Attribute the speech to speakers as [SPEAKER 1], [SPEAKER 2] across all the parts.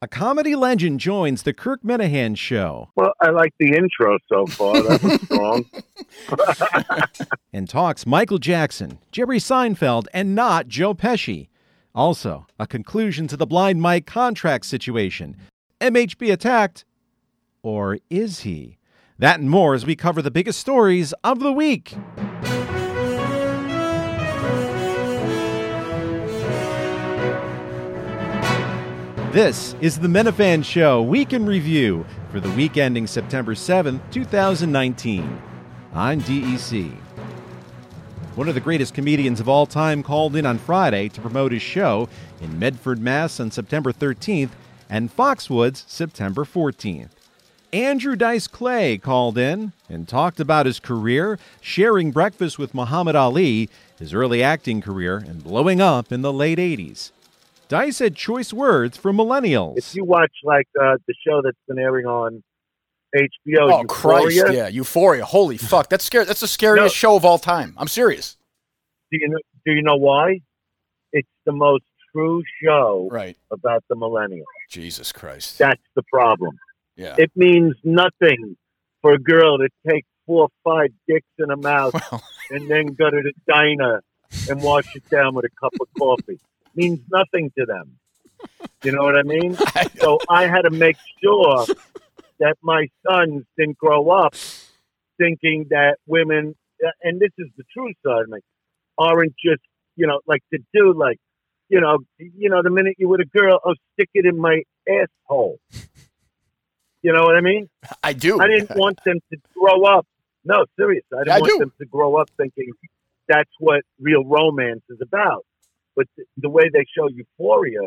[SPEAKER 1] A comedy legend joins the Kirk Menahan show
[SPEAKER 2] Well, I like the intro so far. That was strong.
[SPEAKER 1] and talks Michael Jackson, Jerry Seinfeld, and not Joe Pesci. Also, a conclusion to the blind Mike contract situation. MHB attacked, or is he? That and more as we cover the biggest stories of the week. This is the Menafan Show Week in Review for the week ending September 7th, 2019. I'm E DEC. One of the greatest comedians of all time called in on Friday to promote his show in Medford, Mass on September 13th and Foxwoods September 14th. Andrew Dice Clay called in and talked about his career, sharing breakfast with Muhammad Ali, his early acting career, and blowing up in the late 80s. Dice had choice words for
[SPEAKER 2] If
[SPEAKER 1] millennials.
[SPEAKER 2] you watch like uh, the show that's been airing on HBO,
[SPEAKER 3] Oh
[SPEAKER 2] Euphoria,
[SPEAKER 3] Christ! Yeah, Euphoria. Holy fuck! That's scary. That's the scariest
[SPEAKER 2] No.
[SPEAKER 3] show of all time. I'm serious.
[SPEAKER 2] do you know, do you know why? It's the most true show
[SPEAKER 3] Right.
[SPEAKER 2] about the millennial.
[SPEAKER 3] Jesus Christ.
[SPEAKER 2] That's the problem.
[SPEAKER 3] Yeah.
[SPEAKER 2] It means nothing for a girl to take four, five dicks in a mouth
[SPEAKER 3] Well,
[SPEAKER 2] and then go to the diner and wash it down with a cup of coffee. Means nothing to them. You know what I mean? So I had to make sure that my sons didn't grow up thinking that women, and this is the true side of me, aren't just, you know, like to do like, you know, you know, the minute you with a girl, oh, stick it in my asshole. You know what I mean?
[SPEAKER 3] I do.
[SPEAKER 2] I didn't want them to grow up. No, serious. I didn't
[SPEAKER 3] I
[SPEAKER 2] want
[SPEAKER 3] do.
[SPEAKER 2] them to grow up thinking that's what real romance is about. But th- the way they show Euphoria,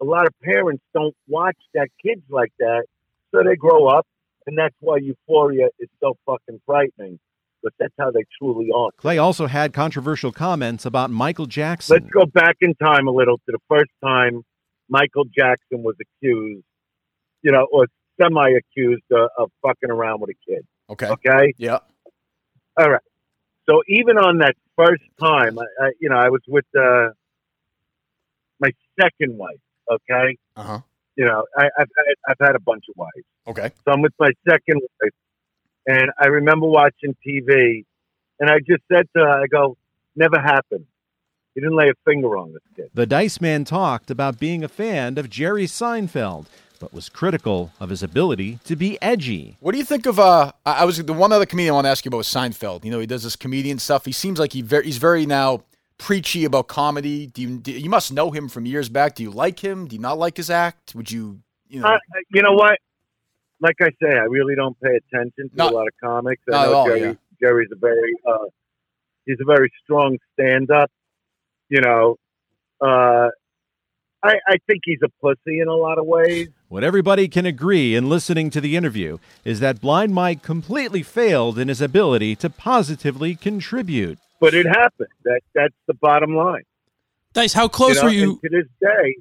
[SPEAKER 2] a lot of parents don't watch that kids like that, so they grow up, and that's why Euphoria is so fucking frightening. But that's how they truly are.
[SPEAKER 1] Clay also had controversial comments about Michael Jackson.
[SPEAKER 2] Let's go back in time a little to the first time Michael Jackson was accused, you know, or semi-accused uh, of fucking around with a kid.
[SPEAKER 3] Okay.
[SPEAKER 2] Okay.
[SPEAKER 3] Yeah.
[SPEAKER 2] So even on that first time, I, I you know, I was with uh, my second wife. Okay,
[SPEAKER 3] Uh huh.
[SPEAKER 2] you know, I, I've had, I've had a bunch of wives,
[SPEAKER 3] Okay.
[SPEAKER 2] so I'm with my second wife, and I remember watching TV, and I just said to her, I go, never happened. He didn't lay a finger on this kid.
[SPEAKER 1] The Dice Man talked about being a fan of Jerry Seinfeld, but was critical of his ability to be edgy.
[SPEAKER 3] What do you think of? Uh, I I was the one other comedian I want to ask you about was Seinfeld. You know, he does this comedian stuff. He seems like he very, he's very now preachy about comedy. Do you do, you must know him from years back? Do you like him? Do you not like his act? Would you? You know.
[SPEAKER 2] Uh, you know what? Like I say, I really don't pay attention to
[SPEAKER 3] Not-
[SPEAKER 2] a lot of comics. I
[SPEAKER 3] not at
[SPEAKER 2] know
[SPEAKER 3] all,
[SPEAKER 2] Jerry,
[SPEAKER 3] yeah.
[SPEAKER 2] Jerry's a very uh, he's a very strong stand-up. You know, uh, I I think he's a pussy in a lot of ways.
[SPEAKER 1] What everybody can agree in listening to the interview is that Blind Mike completely failed in his ability to positively contribute.
[SPEAKER 2] But it happened. That that's the bottom line.
[SPEAKER 4] Dice, how close
[SPEAKER 2] you know?
[SPEAKER 4] were you?
[SPEAKER 2] And to this day,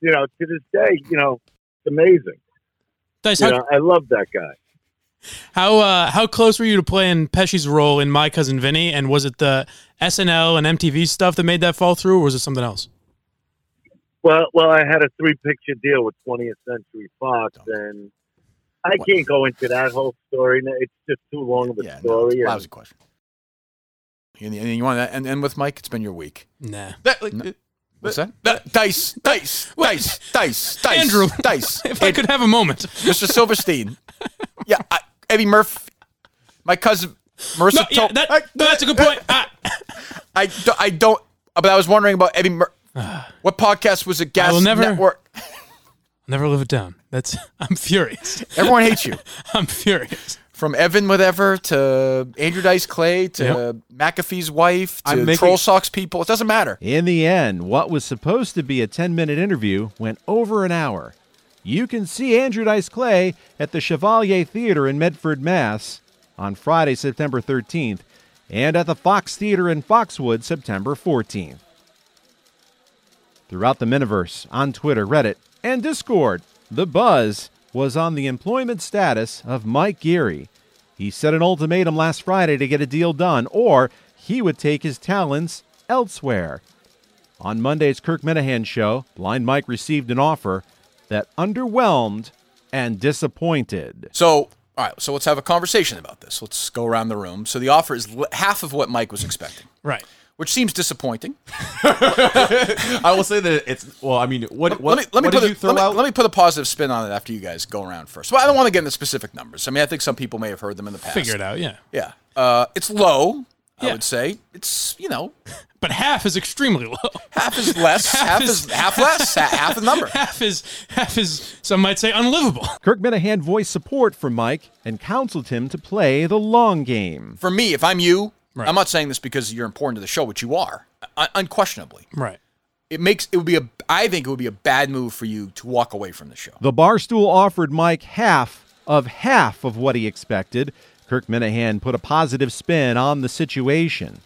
[SPEAKER 2] you know, to this day, you know, it's amazing.
[SPEAKER 4] Dice,
[SPEAKER 2] You
[SPEAKER 4] how,
[SPEAKER 2] know, I love that guy.
[SPEAKER 4] how uh, how close were you to playing Pesci's role in My Cousin Vinny? And was it the SNL and MTV stuff that made that fall through, or was it something else?
[SPEAKER 2] Well, well, I had a three-picture deal with 20th Century Fox, and I
[SPEAKER 3] Oh. What?
[SPEAKER 2] can't go into that whole story. No, It's just too long of a
[SPEAKER 3] yeah. No,
[SPEAKER 2] story.
[SPEAKER 3] it's a
[SPEAKER 2] and-
[SPEAKER 3] lousy question. And, and you want to end, end with Mike? It's been your week.
[SPEAKER 4] Nah.
[SPEAKER 5] That, like,
[SPEAKER 3] No.
[SPEAKER 5] uh,
[SPEAKER 3] What's that? dice, dice, dice, dice, dice,
[SPEAKER 4] Andrew.
[SPEAKER 3] dice.
[SPEAKER 4] If I could have a moment.
[SPEAKER 3] Mr. Silverstein. yeah, I, Eddie Murphy. My cousin Marissa.
[SPEAKER 4] No, yeah,
[SPEAKER 3] told-
[SPEAKER 4] that,
[SPEAKER 3] I,
[SPEAKER 4] no, that's a good point. Ah,
[SPEAKER 3] I, do- I don't. But I was wondering about Eddie. Mur- what podcast was it? Gas
[SPEAKER 4] will never-
[SPEAKER 3] Network.
[SPEAKER 4] never live it down. That's I'm furious.
[SPEAKER 3] Everyone hates you.
[SPEAKER 4] I'm furious.
[SPEAKER 3] From Evan, whatever, to Andrew Dice Clay, to McAfee's wife, to
[SPEAKER 5] I'm making-
[SPEAKER 3] Troll Socks people. It doesn't matter.
[SPEAKER 1] In the end, what was supposed to be a 10 minute interview went over an hour. You can see Andrew Dice Clay at the Chevalier Theater in Medford, Mass. on Friday, September 13th, and at the Fox Theater in Foxwood, September 14th. Throughout the Miniverse, on Twitter, Reddit, and Discord, the buzz was on the employment status of Mike Geary. He set an ultimatum last Friday to get a deal done, or he would take his talents elsewhere. On Monday's Kirk Minahan show, Blind Mike received an offer that underwhelmed and disappointed.
[SPEAKER 3] So, all right, so let's have a conversation about this. Let's go around the room. So the offer is l- half of what Mike was expecting,
[SPEAKER 4] Right.
[SPEAKER 3] which seems disappointing.
[SPEAKER 5] I will say that it's well. I mean, what what,
[SPEAKER 3] let me let me
[SPEAKER 5] what
[SPEAKER 3] put
[SPEAKER 5] did
[SPEAKER 3] a,
[SPEAKER 5] you throw
[SPEAKER 3] let me,
[SPEAKER 5] out?
[SPEAKER 3] let me put a positive spin on it after you guys go around first. Well, I don't want to get into specific numbers. I mean, I think some people may have heard them in the past.
[SPEAKER 4] Figure it out. Yeah.
[SPEAKER 3] Yeah, uh, it's low. I
[SPEAKER 4] Yeah.
[SPEAKER 3] would say it's you know
[SPEAKER 4] But half is extremely low.
[SPEAKER 3] half is less, half, is,
[SPEAKER 4] is-
[SPEAKER 3] half less, ha- half the number.
[SPEAKER 4] half is half is some might say unlivable.
[SPEAKER 1] Kirk Minahan voiced support for Mike and counseled him to play the long game.
[SPEAKER 3] For me, if I'm you,
[SPEAKER 4] Right.
[SPEAKER 3] I'm not saying this because you're important to the show, which you are, un- unquestionably.
[SPEAKER 4] Right.
[SPEAKER 3] It makes it would be a I think it would be a bad move for you to walk away from the show.
[SPEAKER 1] The barstool offered Mike half of half of what he expected. Kirk Minahan put a positive spin on the situation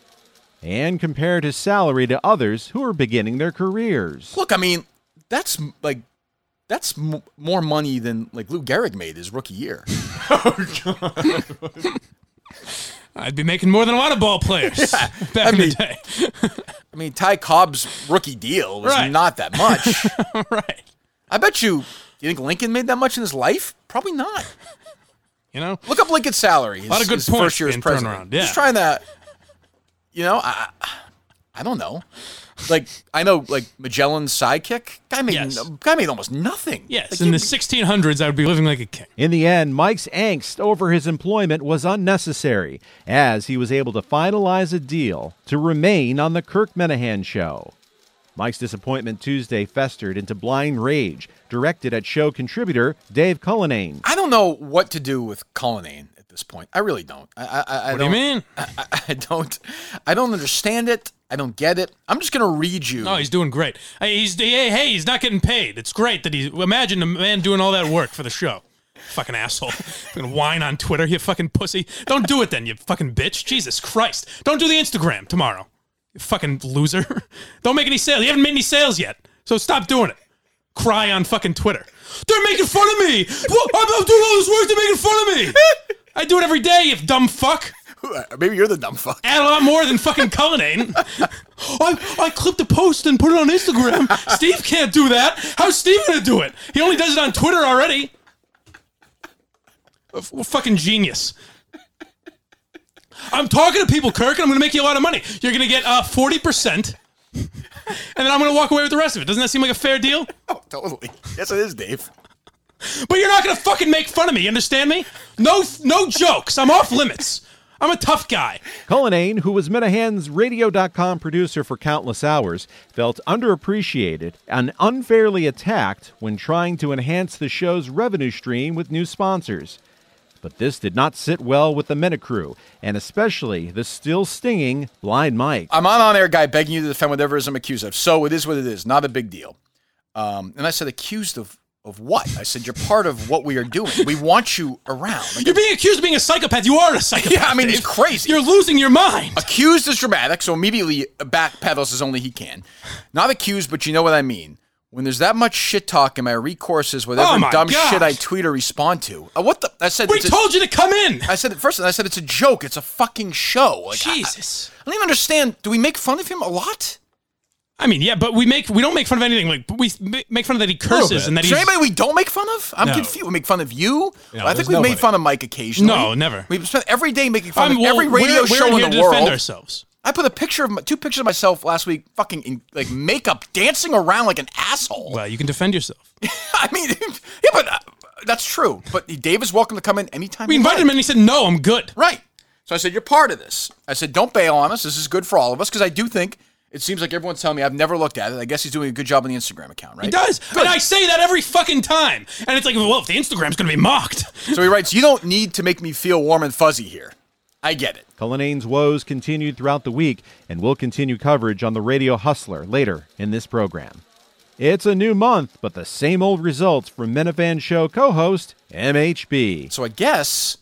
[SPEAKER 1] and compared his salary to others who are beginning their careers.
[SPEAKER 3] Look, I mean, that's m- like that's m- more money than like Lou Gehrig made his rookie year.
[SPEAKER 4] I'd be making more than a lot of ball players back
[SPEAKER 3] I
[SPEAKER 4] in
[SPEAKER 3] mean-
[SPEAKER 4] the day.
[SPEAKER 3] I mean, Ty Cobb's rookie deal was
[SPEAKER 4] Right.
[SPEAKER 3] not that much.
[SPEAKER 4] right.
[SPEAKER 3] I bet you. Do you think Lincoln made that much in his life? Probably not.
[SPEAKER 4] You know.
[SPEAKER 3] Look up Lincoln's salary. His,
[SPEAKER 4] lot of good
[SPEAKER 3] his
[SPEAKER 4] points
[SPEAKER 3] first year as
[SPEAKER 4] being thrown
[SPEAKER 3] president.
[SPEAKER 4] around, yeah.
[SPEAKER 3] Just trying to, you know, I, I- I don't know. Like I know, like Magellan's sidekick guy made
[SPEAKER 4] Yes.
[SPEAKER 3] no- guy made almost nothing.
[SPEAKER 4] Yes.
[SPEAKER 3] Like,
[SPEAKER 4] in
[SPEAKER 3] you-
[SPEAKER 4] the 1600s, I would be living like a king.
[SPEAKER 1] In the end, Mike's angst over his employment was unnecessary, as he was able to finalize a deal to remain on the Kirk Menahan show. Mike's disappointment Tuesday festered into blind rage, directed at show contributor Dave Cullinane.
[SPEAKER 3] I don't know what to do with Cullinane at this point. I really don't. I, I, I- I
[SPEAKER 4] What do
[SPEAKER 3] don't,
[SPEAKER 4] you mean?
[SPEAKER 3] I, I don't. I don't understand it. I don't get it. I'm just gonna read you.
[SPEAKER 4] No, he's doing great. Hey, he's hey, hey, he's not getting paid. It's great that he's. Imagine a man doing all that work for the show. Fucking asshole. Fucking whine on Twitter, you fucking pussy. Don't do it then, you fucking bitch. Jesus Christ. Don't do the Instagram tomorrow. You fucking loser. Don't make any sales. You haven't made any sales yet. So stop doing it. Cry on fucking Twitter. They're making fun of me. What? I'm, I'm doing all this work. They're making fun of me. I do it every day, you dumb fuck
[SPEAKER 3] uh, Maybe you're the dumb fuck.
[SPEAKER 4] add a lot more than fucking Cullinane. I, I clipped a post and put it on Instagram. Steve can't do that. How's Steve gonna do it? He only does it on Twitter already. Uh, f- fucking genius. I'm talking to people, Kirk, and I'm gonna make you a lot of money. You're gonna get uh, 40%, and then I'm gonna walk away with the rest of it. Doesn't that seem like a fair deal?
[SPEAKER 3] Oh, totally. Yes, it is, Dave.
[SPEAKER 4] But you're not gonna fucking make fun of me, you understand me? No, no jokes. I'm off limits. I'm a tough guy.
[SPEAKER 1] Cullinane, who was Minahan's radio.com producer for countless hours, felt underappreciated and unfairly attacked when trying to enhance the show's revenue stream with new sponsors. But this did not sit well with the Minute Crew, and especially the still stinging Blind Mike.
[SPEAKER 3] I'm on on air guy begging you to defend whatever is I'm accused of. So it is what it is. Not a big deal. Um, and I said, accused of of what? I said, you're part of what we are doing. We want you around. Like,
[SPEAKER 4] You're being accused of being a psychopath. You are a psychopath.
[SPEAKER 3] yeah, I mean, it's
[SPEAKER 4] Dave.
[SPEAKER 3] crazy.
[SPEAKER 4] You're losing your mind.
[SPEAKER 3] accused is dramatic, so immediately backpedals as only he can. Not accused, but you know what I mean. When there's that much shit talking, my recourse is whatever
[SPEAKER 4] Oh my
[SPEAKER 3] dumb
[SPEAKER 4] gosh.
[SPEAKER 3] shit I tweet or respond to. Uh, what the? I said,
[SPEAKER 4] We
[SPEAKER 3] it's a-
[SPEAKER 4] told you to come in.
[SPEAKER 3] I said it first, and I said it's a joke. It's a fucking show. Like, I-
[SPEAKER 4] Jesus.
[SPEAKER 3] I, don't even understand. Do we make fun of him a lot?
[SPEAKER 4] I mean, yeah, but we make we don't make fun of anything. Like we ma- make fun of that he curses and that
[SPEAKER 3] Is
[SPEAKER 4] he's
[SPEAKER 3] there anybody we don't make fun of? I'm
[SPEAKER 4] No.
[SPEAKER 3] confused. We make fun of you.
[SPEAKER 5] No,
[SPEAKER 3] I think
[SPEAKER 5] there's
[SPEAKER 3] we've
[SPEAKER 5] nobody.
[SPEAKER 3] made fun of Mike occasionally.
[SPEAKER 4] No, never.
[SPEAKER 3] We've spent every day making fun
[SPEAKER 4] I'm,
[SPEAKER 3] of
[SPEAKER 4] well,
[SPEAKER 3] every radio
[SPEAKER 4] we're,
[SPEAKER 3] show in
[SPEAKER 4] we're here
[SPEAKER 3] the
[SPEAKER 4] to
[SPEAKER 3] world.
[SPEAKER 4] defend ourselves.
[SPEAKER 3] I put a picture of my, two pictures of myself last week, fucking in like makeup, dancing around like an asshole.
[SPEAKER 4] Well, you can defend yourself.
[SPEAKER 3] I mean, yeah, but uh, that's true. But Dave is welcome to come in anytime.
[SPEAKER 4] We
[SPEAKER 3] he'd
[SPEAKER 4] invited
[SPEAKER 3] like.
[SPEAKER 4] him and he said, "No, I'm good."
[SPEAKER 3] Right. So I said, You're part of this. I said, Don't bail on us. This is good for all of us because I do think it seems like everyone's telling me I've never looked at it. I guess he's doing a good job on the Instagram account, right?
[SPEAKER 4] He does, and I say that every fucking time. And it's like, well, if the Instagram's gonna be mocked,
[SPEAKER 3] So he writes, You don't need to make me feel warm and fuzzy here. I get it.
[SPEAKER 1] Cullinane's woes continued throughout the week and will continue coverage on the Radio Hustler later in this program. It's a new month, but the same old results from Minifan Show co host MHB.
[SPEAKER 3] So I guess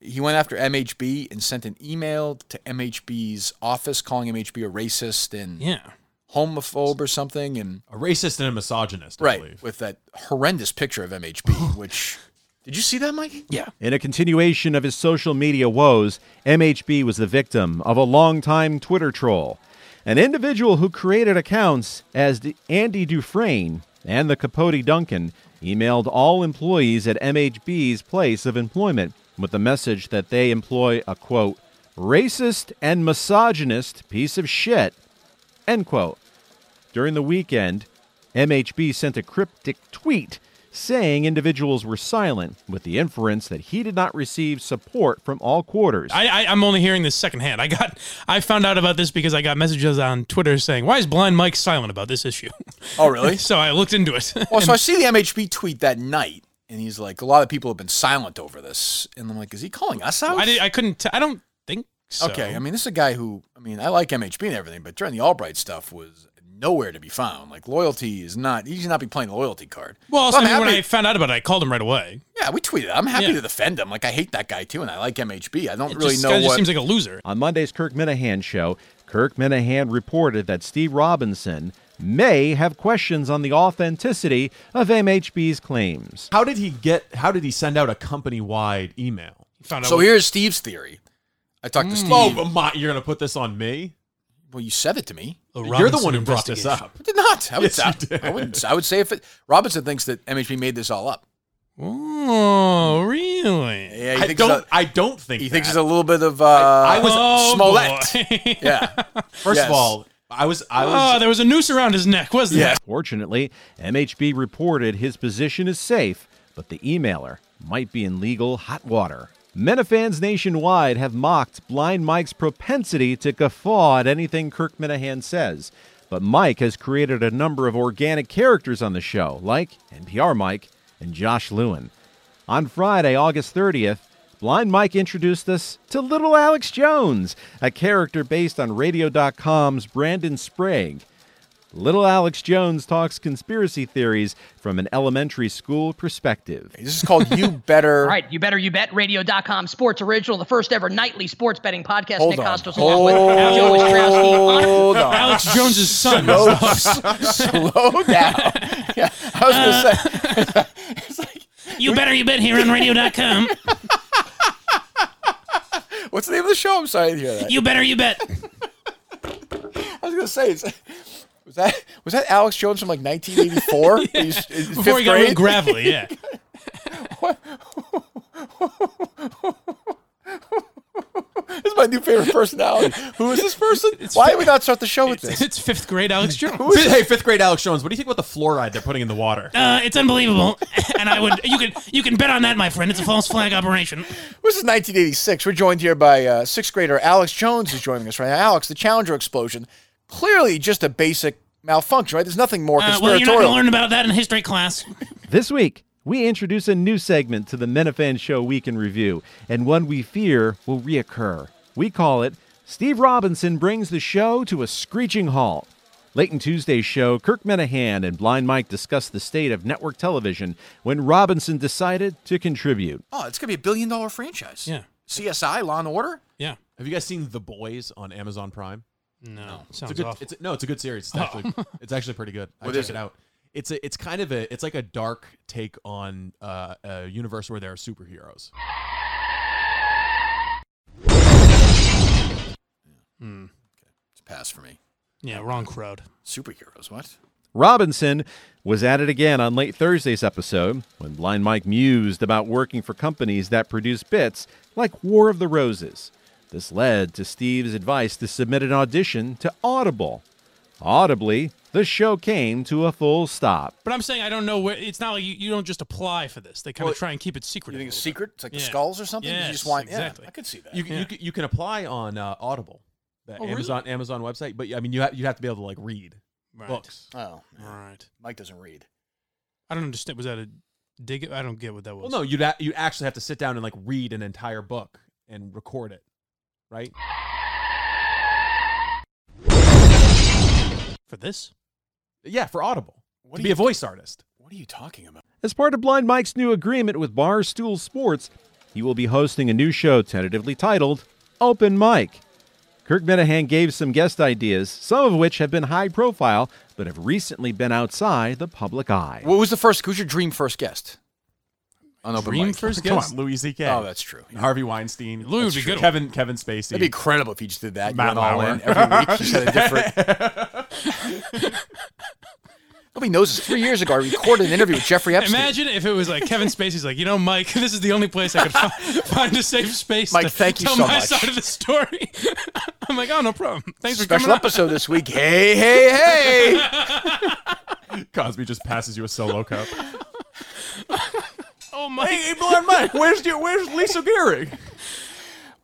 [SPEAKER 3] he went after MHB and sent an email to MHB's office calling MHB a racist and
[SPEAKER 4] yeah,
[SPEAKER 3] homophobe or something. And
[SPEAKER 5] a racist and a misogynist, I
[SPEAKER 3] right,
[SPEAKER 5] believe.
[SPEAKER 3] with that horrendous picture of MHB, which. Did you see that, Mike?
[SPEAKER 4] yeah.
[SPEAKER 1] In a continuation of his social media woes, MHB was the victim of a longtime Twitter troll, an individual who created accounts as D- Andy Dufresne and the Capote Duncan emailed all employees at MHB's place of employment with the message that they employ a quote, racist and misogynist piece of shit, end quote. During the weekend, MHB sent a cryptic tweet saying individuals were silent, with the inference that he did not receive support from all quarters.
[SPEAKER 4] I, I, I'm only hearing this secondhand. I got, I found out about this because I got messages on Twitter saying, "Why is Blind Mike silent about this issue?"
[SPEAKER 3] Oh, really?
[SPEAKER 4] so I looked into it.
[SPEAKER 3] Well, so I see the MHB tweet that night, and he's like, a lot of people have been silent over this. And I'm like, is he calling us out?
[SPEAKER 4] I, did, I couldn't. T- I don't think so.
[SPEAKER 3] okay, I mean, this is a guy who, I mean, I like MHB and everything, but during the Albright stuff was nowhere to be found. Like, loyalty is not, he should not be playing the loyalty card.
[SPEAKER 4] Well,
[SPEAKER 3] So
[SPEAKER 4] also, I mean, when
[SPEAKER 3] happy-
[SPEAKER 4] I found out about it, I called him right away.
[SPEAKER 3] Yeah, we tweeted. I'm happy
[SPEAKER 4] Yeah.
[SPEAKER 3] to defend him. Like, I hate that guy too, and I like MHB. I don't
[SPEAKER 4] It
[SPEAKER 3] really
[SPEAKER 4] just,
[SPEAKER 3] know
[SPEAKER 4] kinda just
[SPEAKER 3] what.
[SPEAKER 4] seems like a loser.
[SPEAKER 1] On Monday's Kirk Minahan show, Kirk Minahan reported that Steve Robinson may have questions on the authenticity of MHB's claims.
[SPEAKER 5] How did he get? How did he send out a company-wide email?
[SPEAKER 4] Found out
[SPEAKER 3] so
[SPEAKER 4] what-
[SPEAKER 3] here's Steve's theory. I talked to
[SPEAKER 4] Hmm.
[SPEAKER 3] Steve.
[SPEAKER 5] Oh, but my, you're gonna put this on me?
[SPEAKER 3] Well, you said it to me.
[SPEAKER 4] a
[SPEAKER 5] you're the
[SPEAKER 4] Robinson
[SPEAKER 5] one who brought this
[SPEAKER 4] investigation.
[SPEAKER 5] up.
[SPEAKER 3] I did not. I would,
[SPEAKER 5] Yes,
[SPEAKER 3] I,
[SPEAKER 5] you did.
[SPEAKER 3] I wouldn't. I would say if it Robinson thinks that MHB made this all up.
[SPEAKER 4] Oh, really?
[SPEAKER 3] Yeah, he
[SPEAKER 5] I
[SPEAKER 3] thinks
[SPEAKER 5] don't.
[SPEAKER 3] it's a-
[SPEAKER 5] I don't think
[SPEAKER 3] he thinks
[SPEAKER 5] that.
[SPEAKER 3] it's a little bit of uh,
[SPEAKER 5] I was-
[SPEAKER 4] oh,
[SPEAKER 3] Smollett.
[SPEAKER 4] boy.
[SPEAKER 3] yeah.
[SPEAKER 5] First
[SPEAKER 3] Yes.
[SPEAKER 5] of all, I was. I was.
[SPEAKER 4] Oh, there was a noose around his neck, wasn't
[SPEAKER 3] Yeah.
[SPEAKER 4] there?
[SPEAKER 1] Fortunately, MHB reported his position is safe, but the emailer might be in legal hot water. Menafans nationwide have mocked Blind Mike's propensity to guffaw at anything Kirk Minahan says. But Mike has created a number of organic characters on the show, like NPR Mike and Josh Lewin. On Friday, August 30th, Blind Mike introduced us to Little Alex Jones, a character based on Radio.com's Brandon Sprague. Little Alex Jones talks conspiracy theories from an elementary school perspective.
[SPEAKER 3] This is called You Better.
[SPEAKER 6] All right, you better you bet. Radio.com sports original, the first ever nightly sports betting podcast.
[SPEAKER 3] Hold
[SPEAKER 6] Nick
[SPEAKER 3] on.
[SPEAKER 6] Costos along with Joe Ostrowski.
[SPEAKER 3] Hold on.
[SPEAKER 4] Alex Jones's son.
[SPEAKER 3] Slow, slow down. Yeah, I was gonna say.
[SPEAKER 4] You better you bet here on radio.com.
[SPEAKER 3] What's the name of the show? I'm sorry to hear that.
[SPEAKER 4] You better you bet.
[SPEAKER 3] I was gonna say. It's, was that was that Alex Jones from like 1984? He's in fifth
[SPEAKER 4] Before he got real
[SPEAKER 3] grade?
[SPEAKER 4] gravelly, yeah.
[SPEAKER 3] This is my new favorite personality. Who is this person? Why did we not start the show with this?
[SPEAKER 4] It's fifth grade Alex Jones.
[SPEAKER 5] Fifth- hey, fifth grade Alex Jones, what do you think about the fluoride they're putting in the water?
[SPEAKER 4] Uh, it's unbelievable, and I would you can you can bet on that, my friend. It's a false flag operation.
[SPEAKER 3] This is 1986. We're joined here by uh, sixth grader Alex Jones, who's joining us right now. Alex, the Challenger explosion, clearly just a basic malfunction, right? There's nothing more
[SPEAKER 4] Uh, well, you're
[SPEAKER 3] conspiratorial.
[SPEAKER 4] not going to learn about that in history class.
[SPEAKER 1] This week, we introduce a new segment to the Menafan Show Week in Review, and one we fear will reoccur. We call it Steve Robinson Brings the Show to a Screeching Halt. Late in Tuesday's show, Kirk Menahan and Blind Mike discussed the state of network television when Robinson decided to contribute.
[SPEAKER 3] oh, it's gonna be a billion dollar franchise.
[SPEAKER 4] Yeah.
[SPEAKER 3] CSI, Law and Order.
[SPEAKER 4] Yeah.
[SPEAKER 5] Have you guys seen The Boys on Amazon Prime?
[SPEAKER 4] No.
[SPEAKER 5] It's
[SPEAKER 4] Sounds
[SPEAKER 5] a good.
[SPEAKER 4] awful. Oh.
[SPEAKER 5] It's a, no, it's a good series. It's actually it's actually pretty good. I
[SPEAKER 3] What
[SPEAKER 5] checked
[SPEAKER 3] is
[SPEAKER 5] it
[SPEAKER 3] it?
[SPEAKER 5] out. It's a it's kind of a it's like a dark take on uh, a universe where there are superheroes.
[SPEAKER 3] It's a pass for me.
[SPEAKER 4] yeah, wrong crowd.
[SPEAKER 3] Superheroes. What?
[SPEAKER 1] Robinson was at it again on late Thursday's episode when Blind Mike mused about working for companies that produce bits like War of the Roses. This led to Steve's advice to submit an audition to Audible. Audibly, the show came to a full stop.
[SPEAKER 4] But I'm saying I don't know where. It's not like you, you don't just apply for this. They kind of try and keep it secret.
[SPEAKER 3] You think it's secret? It's like the
[SPEAKER 4] Yeah.
[SPEAKER 3] sculls or something. you
[SPEAKER 4] Yes,
[SPEAKER 3] just want.
[SPEAKER 4] exactly.
[SPEAKER 3] Yeah, I could see that.
[SPEAKER 5] You can you, can- you can apply on uh, Audible, the
[SPEAKER 4] Oh, really?
[SPEAKER 5] Amazon Amazon website. But I mean, you have you have to be able to like read
[SPEAKER 4] Right.
[SPEAKER 5] books.
[SPEAKER 3] oh,
[SPEAKER 4] Right.
[SPEAKER 3] Mike doesn't read.
[SPEAKER 4] I don't understand. Was that a dig? I don't get what that was.
[SPEAKER 5] Well, no, you'd a- you actually have to sit down and like read an entire book and record it, right?
[SPEAKER 4] For this?
[SPEAKER 5] Yeah, for Audible
[SPEAKER 3] What
[SPEAKER 5] to
[SPEAKER 3] do
[SPEAKER 5] be
[SPEAKER 3] you-
[SPEAKER 5] a voice artist.
[SPEAKER 3] What are you talking about?
[SPEAKER 1] As part of Blind Mike's new agreement with Barstool Sports, he will be hosting a new show tentatively titled Open Mic. Kirk Menahan gave some guest ideas, some of which have been high profile, but have recently been outside the public eye.
[SPEAKER 3] What was the first? Who's your dream first guest? On open
[SPEAKER 4] Dream
[SPEAKER 3] mic?
[SPEAKER 4] first
[SPEAKER 5] Come
[SPEAKER 4] guess?
[SPEAKER 5] on, Louis C.K.
[SPEAKER 3] Oh, that's true. Yeah.
[SPEAKER 5] Harvey Weinstein.
[SPEAKER 4] Louis would be
[SPEAKER 5] That's
[SPEAKER 4] good.
[SPEAKER 5] Kevin Kevin Spacey.
[SPEAKER 3] That'd be incredible if you just did that. You
[SPEAKER 5] Matt
[SPEAKER 3] went all
[SPEAKER 5] Lauer.
[SPEAKER 3] in every week. You said a different. Nobody knows this. Three years ago, I recorded an interview with Jeffrey Epstein.
[SPEAKER 4] Imagine if it was like Kevin Spacey's like, you know, Mike, this is the only place I could fi- find a safe space
[SPEAKER 3] Mike,
[SPEAKER 4] to
[SPEAKER 3] thank you
[SPEAKER 4] tell
[SPEAKER 3] so
[SPEAKER 4] my
[SPEAKER 3] much.
[SPEAKER 4] side of the story. I'm like, oh, no problem. Thanks for
[SPEAKER 3] Special
[SPEAKER 4] coming
[SPEAKER 3] episode this week. Hey, hey, hey.
[SPEAKER 5] Cosby just passes you a solo cup.
[SPEAKER 4] up. Oh, Mike.
[SPEAKER 5] hey, Blind Mike, where's your, where's Lisa Gehrig?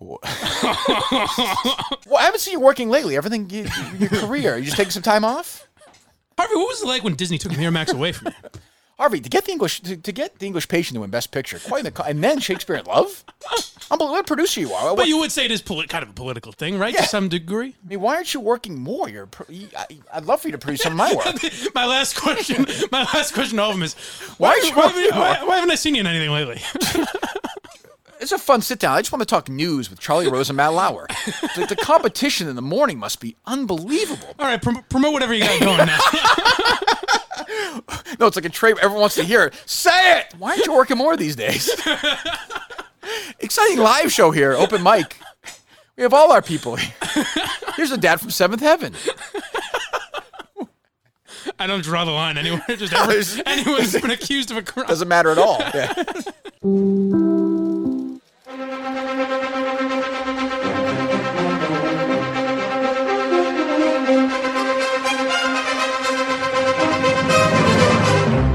[SPEAKER 3] Well, I haven't seen you working lately. Everything, you, your career. You just taking some time off?
[SPEAKER 4] Harvey, what was it like when Disney took Miramax away from you?
[SPEAKER 3] Harvey, to get the English to, to get the English patient to win Best Picture, quite an ac- and then Shakespeare in Love. Unbelievable what producer you are.
[SPEAKER 4] But you would say it is poli- kind of a political thing, right? To some degree.
[SPEAKER 3] I mean, why aren't you working more? You're, pro- you- I, I'd love for you to produce some of my work.
[SPEAKER 4] my last question, my last question to all of them is,
[SPEAKER 3] Why
[SPEAKER 4] why,
[SPEAKER 3] are you-
[SPEAKER 4] why, haven't- why, why haven't I seen you in anything lately?
[SPEAKER 3] It's a fun sit down. I just want to talk news with Charlie Rose and Matt Lauer. The, the competition in the morning must be unbelievable.
[SPEAKER 4] All right, prom- promote whatever you got going now.
[SPEAKER 3] No, it's like a trade. Everyone wants to hear it. Say it. Why aren't you working more these days? Exciting live show here. Open mic. We have all our people. here. Here's a dad from Seventh Heaven.
[SPEAKER 4] I don't draw the line anywhere. Just ever,
[SPEAKER 3] There's-
[SPEAKER 4] anyone who's been accused of a crime.
[SPEAKER 3] Doesn't matter at all. Yeah.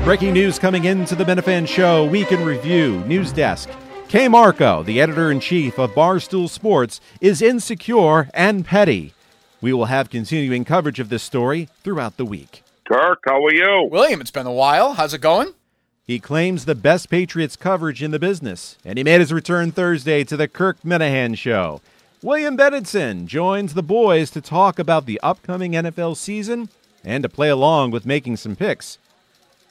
[SPEAKER 1] Breaking news coming into the Benefan Show Week in Review News Desk. Kay Marco, the editor in chief of Barstool Sports, is insecure and petty. We will have continuing coverage of this story throughout the week.
[SPEAKER 7] Kirk, how are you?
[SPEAKER 3] William, it's been a while. How's it going?
[SPEAKER 1] He claims the best Patriots coverage in the business, and he made his return Thursday to the Kirk Minahan Show. William Bennetson joins the boys to talk about the upcoming NFL season and to play along with making some picks.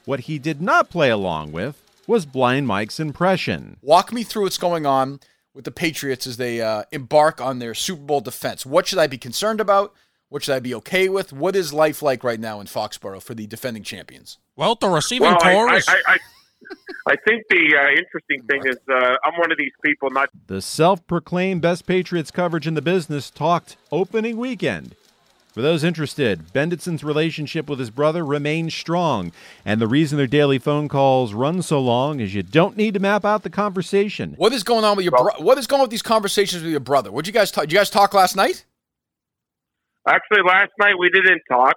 [SPEAKER 1] What he did not play along with was Blind Mike's impression.
[SPEAKER 3] Walk me through what's going on with the Patriots as they uh, embark on their Super Bowl defense. What should I be concerned about? What should I be okay with? What is life like right now in Foxborough for the defending champions?
[SPEAKER 4] Well, the receiving
[SPEAKER 7] Well, I,
[SPEAKER 4] core
[SPEAKER 7] I,
[SPEAKER 4] is.
[SPEAKER 7] I, I, I think the uh, interesting thing is uh, I'm one of these people not
[SPEAKER 1] The self proclaimed best Patriots coverage in the business talked opening weekend. For those interested, Benditson's relationship with his brother remains strong, and the reason their daily phone calls run so long is you don't need to map out the conversation.
[SPEAKER 3] What is going on with your bro- what is going on with these conversations with your brother? What you guys talk? Did you guys talk last night?
[SPEAKER 7] Actually, last night we didn't talk,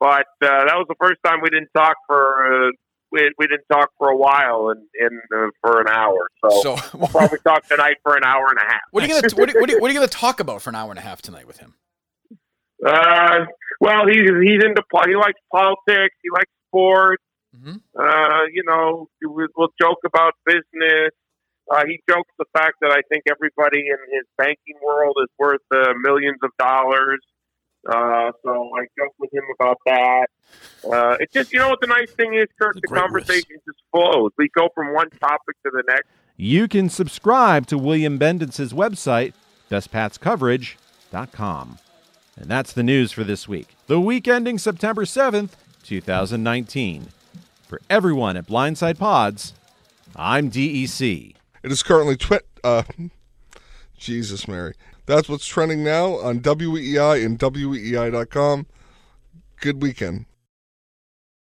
[SPEAKER 7] but uh, that was the first time we didn't talk for uh, we, we didn't talk for a while and in uh, for an hour. So,
[SPEAKER 3] So
[SPEAKER 7] we'll probably talk tonight for an hour and a half.
[SPEAKER 3] what are you gonna what, are- what are- what are you gonna talk about for an hour and a half tonight with him?
[SPEAKER 7] Uh, well, he's he's into po- he likes politics, he likes sports.
[SPEAKER 4] Mm-hmm.
[SPEAKER 3] Mhm.
[SPEAKER 7] Uh, you know, we, we'll joke about business. Uh, he jokes the fact that I think everybody in his banking world is worth uh, millions of dollars. Uh, so I joke with him about that. Uh, it's just you know what the nice thing is, Kirk.
[SPEAKER 4] It's a
[SPEAKER 7] The
[SPEAKER 4] great
[SPEAKER 7] conversation just flows. We go from one topic to the next.
[SPEAKER 1] You can subscribe to William Benditson's website, bestpatscoverage.com. And that's the news for this week, the week ending September 7th, 2019. For everyone at Blindside Pods, I'm E DEC.
[SPEAKER 8] It is currently twit. Uh, Jesus Mary. E That's what's trending now on WEI and WEI.com. Good weekend.